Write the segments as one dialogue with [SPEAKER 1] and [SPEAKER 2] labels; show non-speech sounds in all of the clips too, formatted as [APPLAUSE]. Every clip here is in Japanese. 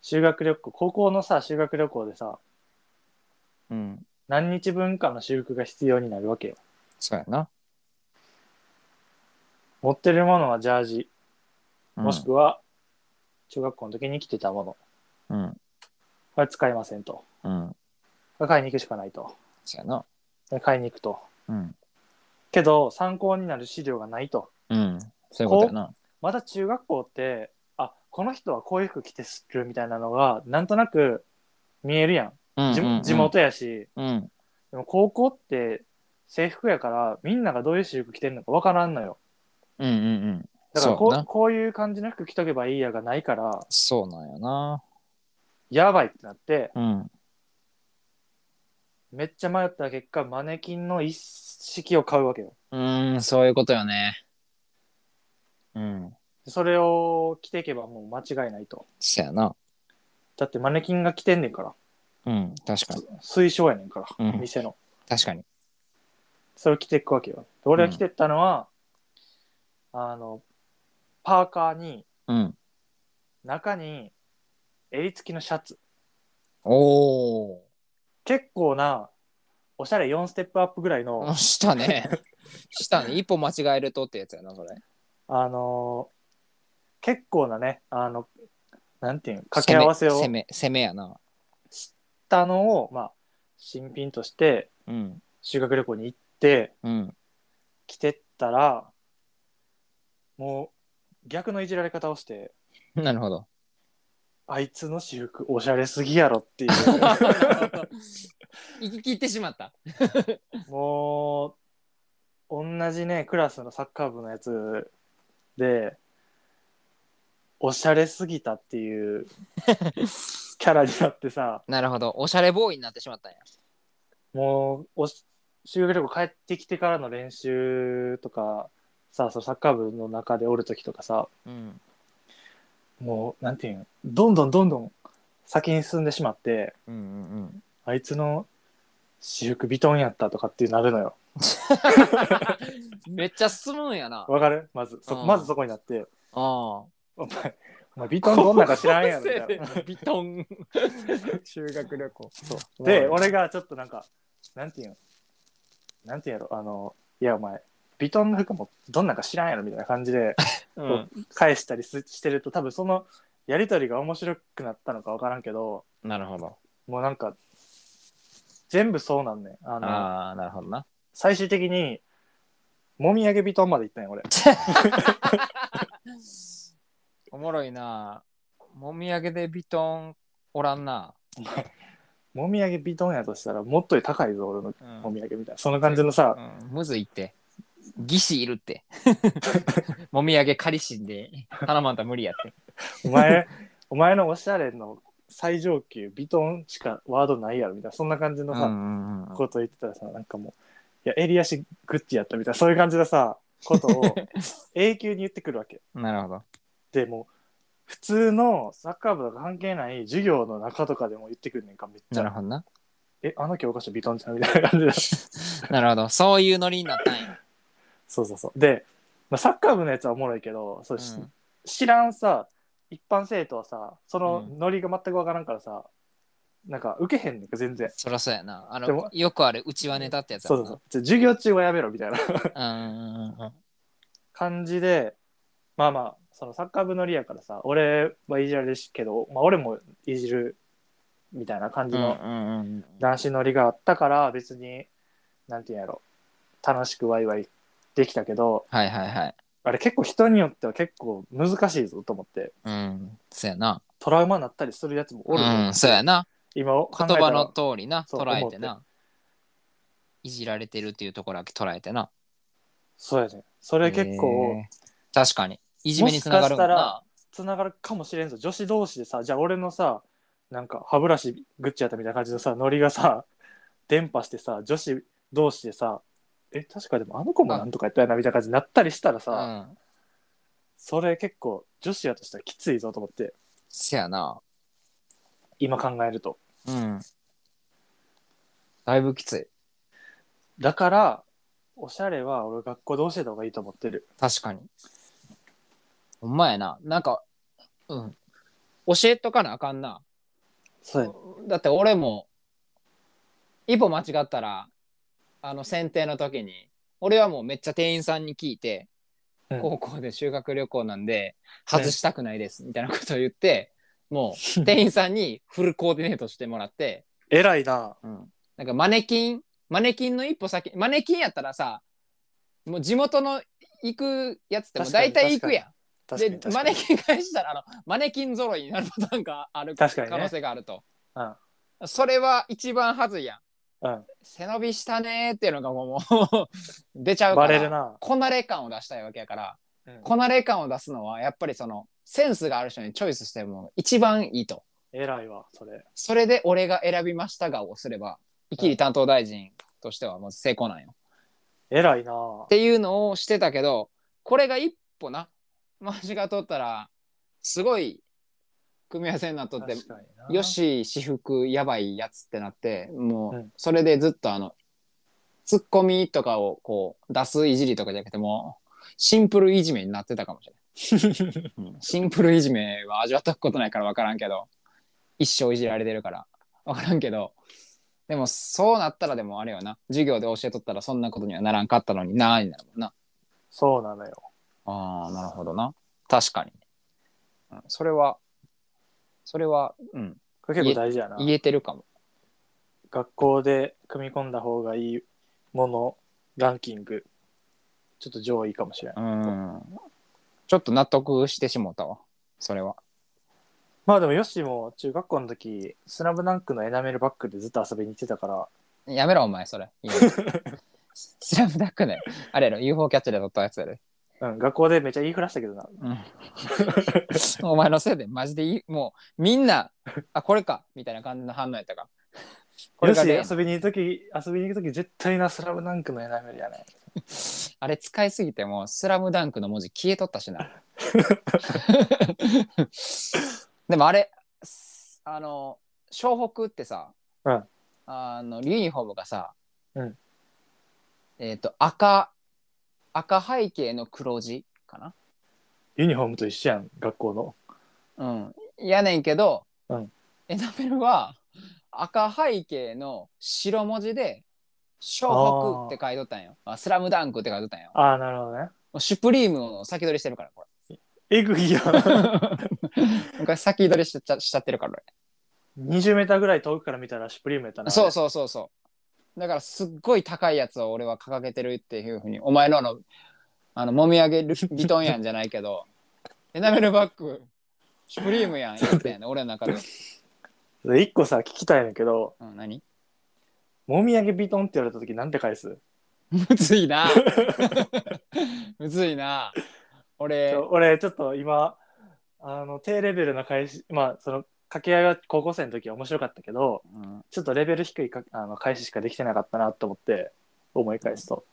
[SPEAKER 1] 修学旅行高校のさ修学旅行でさ
[SPEAKER 2] うん。
[SPEAKER 1] 何日分かの修復が必要になるわけよ
[SPEAKER 2] そうやな。
[SPEAKER 1] 持ってるものはジャージ
[SPEAKER 2] うん
[SPEAKER 1] もしくは中学校の時に着てたもの
[SPEAKER 2] うん。
[SPEAKER 1] これ使いませんと
[SPEAKER 2] うん。
[SPEAKER 1] これ買いに行くしかないと
[SPEAKER 2] そうやな。
[SPEAKER 1] で買いに行くと
[SPEAKER 2] うん。
[SPEAKER 1] けど参考になる資料がないと
[SPEAKER 2] うん。そういうことやな。
[SPEAKER 1] また中学校ってあこの人はこういう服着てするみたいなのがなんとなく見えるやん
[SPEAKER 2] うん
[SPEAKER 1] 地
[SPEAKER 2] うんうん
[SPEAKER 1] 地。元やし
[SPEAKER 2] うん。
[SPEAKER 1] でも高校って制服やからみんながどういう私服着てるのか分からんのよ
[SPEAKER 2] うんうんうん。
[SPEAKER 1] だからこ
[SPEAKER 2] そう
[SPEAKER 1] う
[SPEAKER 2] な
[SPEAKER 1] こういう感じの服着とけばいいやがないから
[SPEAKER 2] そうなんやな。
[SPEAKER 1] やばいってなって
[SPEAKER 2] うん。
[SPEAKER 1] めっちゃ迷った結果マネキンの一式を買うわけよ
[SPEAKER 2] うーん、そういうことよね。うん。
[SPEAKER 1] それを着ていけばもう間違いないと
[SPEAKER 2] そうやな。
[SPEAKER 1] だってマネキンが着てんねんから
[SPEAKER 2] うん。確かに。
[SPEAKER 1] 推奨やねんから、
[SPEAKER 2] うん
[SPEAKER 1] 店の
[SPEAKER 2] 確かに。
[SPEAKER 1] それを着ていくわけよで俺が着てったのは、あのパーカーに
[SPEAKER 2] うん。
[SPEAKER 1] 中に襟付きのシャツ
[SPEAKER 2] おー。
[SPEAKER 1] 結構なおしゃれ4ステップアップぐらいの、
[SPEAKER 2] うんした [LAUGHS] ね。したね。一歩間違えるとってやつやな、それ。
[SPEAKER 1] あのー結構なねあのなんていうん掛け合わせを
[SPEAKER 2] 攻め、攻め攻めやな。
[SPEAKER 1] したのを、まあ、新品として
[SPEAKER 2] うん。
[SPEAKER 1] 修学旅行に行って
[SPEAKER 2] うん。
[SPEAKER 1] 着てったらもう逆のいじられ方をして
[SPEAKER 2] なるほ [LAUGHS] ど。
[SPEAKER 1] あいつの私服おしゃれすぎやろっていう
[SPEAKER 2] [LAUGHS] 行き切ってしまった。
[SPEAKER 1] もう同じねクラスのサッカー部のやつでおしゃれすぎたっていうキャラになってさ
[SPEAKER 2] なるほど。おしゃれボーイになってしまったんや。
[SPEAKER 1] もうおし修学旅行帰ってきてからの練習とかさそのサッカー部の中でおる時とかさ
[SPEAKER 2] うん。
[SPEAKER 1] もうなんていうんどんどんどんどん先に進んでしまって
[SPEAKER 2] うんうん
[SPEAKER 1] あいつの私服ビトンやったとかってなるのよ
[SPEAKER 2] うん。めっちゃ進むんやな。あ
[SPEAKER 1] わかるまずそ、
[SPEAKER 2] うん
[SPEAKER 1] まずそこになって
[SPEAKER 2] あ。
[SPEAKER 1] お前お前ビトンどんなんか知らんやろみ
[SPEAKER 2] [LAUGHS]
[SPEAKER 1] たいな。
[SPEAKER 2] ビトン。修学旅行。
[SPEAKER 1] そう [LAUGHS] で、俺がちょっとなんか、なんていうのなんていうやろ、あの、いや、お前、ビトンの服もどんなんか知らんやろみたいな感じで
[SPEAKER 2] うん。
[SPEAKER 1] 返したりすしてると、多分そのやりとりが面白くなったのか分からんけど、
[SPEAKER 2] なるほど。
[SPEAKER 1] もうなんか、全部そうなんねんあの
[SPEAKER 2] ああ、なるほどな。
[SPEAKER 1] 最終的に、もみあげビトンまで行ったんよ、俺。
[SPEAKER 2] おもろいな。もみあげでビトンおらんな。
[SPEAKER 1] もみあげビトンやとしたら、もっと高いぞ、俺の
[SPEAKER 2] う
[SPEAKER 1] も
[SPEAKER 2] ん。
[SPEAKER 1] みあげみたいな。そんな感じのさ、
[SPEAKER 2] うんむずいって。義士いるって。 [LAUGHS] もみあげ仮死んで、花まんた無理やって。
[SPEAKER 1] お前、お前のおしゃれの最上級、ビトンしかワードないやろみたいな、そんな感じのさ、
[SPEAKER 2] んうん
[SPEAKER 1] こと言ってたらさ、なんかもう、いや、襟足グッチやったみたいな、そういう感じのさ、ことを永久に言ってくるわけ。
[SPEAKER 2] うん。なるほど。
[SPEAKER 1] でもう、普通のサッカー部とか関係ない授業の中とかでも言ってくるねんか、めっち
[SPEAKER 2] なる
[SPEAKER 1] ゃ。
[SPEAKER 2] ほどな。
[SPEAKER 1] え、あの教科書ビトンじゃんみたいな感 [LAUGHS] じで。
[SPEAKER 2] なるほど。そういうノリになったんや。
[SPEAKER 1] そうそうそう。で、まあ、サッカー部のやつはおもろいけど、そうし
[SPEAKER 2] うん
[SPEAKER 1] 知らんさ一般生徒はさその
[SPEAKER 2] うん
[SPEAKER 1] ノリが全く分からんからさ、なんか受けへんねんか全然
[SPEAKER 2] そりゃそうやな。あ
[SPEAKER 1] で
[SPEAKER 2] の
[SPEAKER 1] も、
[SPEAKER 2] よくあるうちはネタってやつや
[SPEAKER 1] そうそうそうじゃあ授業中はやめろみたいな
[SPEAKER 2] う。うんうんうんうん。
[SPEAKER 1] 感じでまあまあそのサッカー部ノリやからさ俺はいじられるしけど、まあ、俺もいじるみたいな感じの
[SPEAKER 2] うんうん
[SPEAKER 1] 男子ノリがあったから別になんていうんやろ楽しくワイワイできたけど
[SPEAKER 2] はいはいはい。
[SPEAKER 1] あれ結構人によっては結構難しいぞと思って
[SPEAKER 2] うん。そうやな。
[SPEAKER 1] トラウマになったりするやつもおるのよ
[SPEAKER 2] うん、そうやな。
[SPEAKER 1] 今考え
[SPEAKER 2] 言
[SPEAKER 1] たら
[SPEAKER 2] 葉の通りな、
[SPEAKER 1] そう
[SPEAKER 2] 捉えてな。いじられてるっていうところだけ捉えてな。
[SPEAKER 1] そうやねそれ結構
[SPEAKER 2] へー。確かに。いじめにつながるもんな。
[SPEAKER 1] つながるかもしれんぞ女子同士でさじゃあ俺のさなんか歯ブラシグッチやったみたいな感じのさノリがさ伝播してさ女子同士でさえ確かでもあの子もなんとかやったよなみたいな感じになったりしたら
[SPEAKER 2] う
[SPEAKER 1] さ、
[SPEAKER 2] ん。
[SPEAKER 1] それ結構女子やとしたらきついぞと思って
[SPEAKER 2] そうやな。
[SPEAKER 1] 今考えると
[SPEAKER 2] うん。だいぶきつい。
[SPEAKER 1] だからおしゃれは俺学校で教えた方がいいと思ってる。
[SPEAKER 2] 確かに。ほんまやな。なんか、うん。教えとかなあかんな。
[SPEAKER 1] そうやね
[SPEAKER 2] だって俺も、一歩間違ったら、あの、選定の時に、俺はもうめっちゃ店員さんに聞いて、
[SPEAKER 1] うん
[SPEAKER 2] 高校で修学旅行なんで、外したくないです、みたいなことを言って、も
[SPEAKER 1] [LAUGHS]
[SPEAKER 2] う、店員さんにフルコーディネートしてもらって、
[SPEAKER 1] 偉いな。
[SPEAKER 2] うん、なんかマネキンマネキンの一歩先マネキンやったらさもう地元の行くやつっても
[SPEAKER 1] 確
[SPEAKER 2] う
[SPEAKER 1] か
[SPEAKER 2] 大
[SPEAKER 1] に
[SPEAKER 2] 体行くやん
[SPEAKER 1] 確かに
[SPEAKER 2] で
[SPEAKER 1] 確か
[SPEAKER 2] マ
[SPEAKER 1] に
[SPEAKER 2] ネキン返したらあのマネキン揃いになるパターンがある可
[SPEAKER 1] 確かにね
[SPEAKER 2] 能性があると、それは一番はずいやん
[SPEAKER 1] うん
[SPEAKER 2] 背伸びしたねーっていうのがもう [LAUGHS] もう出ちゃ
[SPEAKER 1] う。
[SPEAKER 2] うんか
[SPEAKER 1] バレる
[SPEAKER 2] ら
[SPEAKER 1] な。
[SPEAKER 2] こなれ感を出したいわけやから
[SPEAKER 1] うん
[SPEAKER 2] こなれ感を出すのはやっぱりそのセンスがある人にチョイスしても一番いいと
[SPEAKER 1] 偉いわ、それ。
[SPEAKER 2] それで俺が選びましたがをすれば、イキリ担当大臣としてはもう成功なんよ。
[SPEAKER 1] 偉いな。
[SPEAKER 2] っていうのをしてたけど、これが一歩な、間違っとったら、すごい組み合わせになっとって、
[SPEAKER 1] 確かにな
[SPEAKER 2] よ。し、私服やばいやつってなって、も
[SPEAKER 1] う
[SPEAKER 2] うんそれでずっとあの、ツッコミとかをこう出すいじりとかじゃなくてもう、シンプルいじめになってたかもしれない。 [LAUGHS] うんシンプルいじめは味わったことないから分からんけど、一生いじられてるから分からんけど、でもそうなったらでもあれよな、授業で教えとったらそんなことにはならんかったのになーになるもんな。
[SPEAKER 1] そうなのよ。
[SPEAKER 2] ああ、なるほどな。確かに。うんそれは、それは、うん、
[SPEAKER 1] これ結構大事やな。
[SPEAKER 2] 言えてるかも。
[SPEAKER 1] 学校で組み込んだ方がいいものランキング、ちょっと上位かもしれない。
[SPEAKER 2] うんちょっと納得してしもうたわ。それは。
[SPEAKER 1] まあでも、ヨッシーも中学校の時、スラムダンクのエナメルバッグでずっと遊びに行ってたから、
[SPEAKER 2] やめろ、お前、それ。いやスラムダックね。あれやろ、UFO キャッチで撮ったやつやで。
[SPEAKER 1] うん、学校でめっちゃ言いふらしたけどな。
[SPEAKER 2] うんお前のせいで、マジでいい。もう、みんな、あ、これか、みたいな感じの反応やったか。こ
[SPEAKER 1] ヨ
[SPEAKER 2] れ
[SPEAKER 1] ッシ
[SPEAKER 2] がね
[SPEAKER 1] ー遊びに行く時、遊びに行く時絶対なスラムダンクのエナメルやね。
[SPEAKER 2] あれ使いすぎてもうスラムダンクの文字消えとった
[SPEAKER 1] [LAUGHS]
[SPEAKER 2] しな。でもあれ、すあの、湘北ってさ、
[SPEAKER 1] うん
[SPEAKER 2] あの、ユニフォームがさ、
[SPEAKER 1] うん
[SPEAKER 2] えっ、と、赤、赤背景の黒字かな
[SPEAKER 1] ユニフォームと一緒やん、学校の。
[SPEAKER 2] うん。やねんけど、
[SPEAKER 1] うん
[SPEAKER 2] エナメルは赤背景の白文字で、湘北って書いとったんよ。あスラムダンクって書いとったんよ。
[SPEAKER 1] ああ、なるほどね。
[SPEAKER 2] もうシュプリームを先取りしてるから、これ。
[SPEAKER 1] えぐい [LAUGHS] やん。
[SPEAKER 2] [LAUGHS] なんか先取りしちゃしちゃってるから
[SPEAKER 1] 20メーターぐらい遠くから見たらシュプリームやった
[SPEAKER 2] 俺
[SPEAKER 1] な。
[SPEAKER 2] そうそうそうそうだからすっごい高いやつを俺は掲げてるっていうふうにお前のあのあのもみあげるビトンやんじゃないけどエナメルバッグシュプリームやん言ったやん俺の中で、
[SPEAKER 1] う。一個さ、聞きたいんだけど、
[SPEAKER 2] うん、何
[SPEAKER 1] もみあげビトンって言われた時なんて返す
[SPEAKER 2] むずいな [LAUGHS] むずいな俺
[SPEAKER 1] ちょ俺ちょっと今あの低レベルの返しまあその掛け合いは高校生の時は面白かったけど
[SPEAKER 2] うん
[SPEAKER 1] ちょっとレベル低いかあの返ししかできてなかったなと思って思い返すと、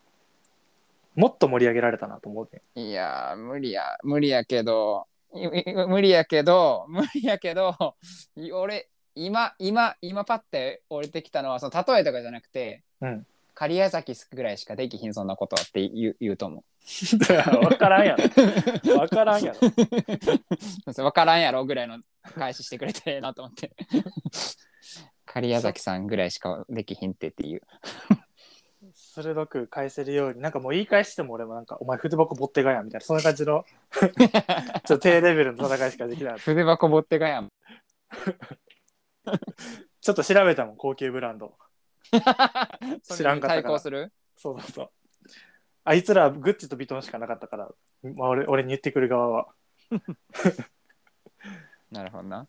[SPEAKER 1] もっと盛り上げられたなと思うね
[SPEAKER 2] いやー無理や無理やけどいい無理やけど無理やけどい俺今今今パッて降りてきたのはその例えとかじゃなくて、
[SPEAKER 1] うん
[SPEAKER 2] 狩屋崎ぐらいしかできひんそんなことはって言う言う [LAUGHS]
[SPEAKER 1] [LAUGHS]
[SPEAKER 2] と思
[SPEAKER 1] 分からんやろ分からんやろ
[SPEAKER 2] う分からんやろぐらいの返ししてくれてえなと思って狩屋崎さんぐらいしかできひんってっていう
[SPEAKER 1] 鋭く返せるようになんかもう言い返しても俺もなんか「お前筆箱持ってがやん」みたいなそんな感じのちょっと低レベルの戦いしかできなかった
[SPEAKER 2] 筆箱持ってがやん [LAUGHS]
[SPEAKER 1] ちょっと調べたもん高級ブランド知らんかったから
[SPEAKER 2] それに対抗する
[SPEAKER 1] そうそうそう。あいつらグッチとビトンしかなかったから、まあ、俺俺に言ってくる側は。
[SPEAKER 2] なるほどな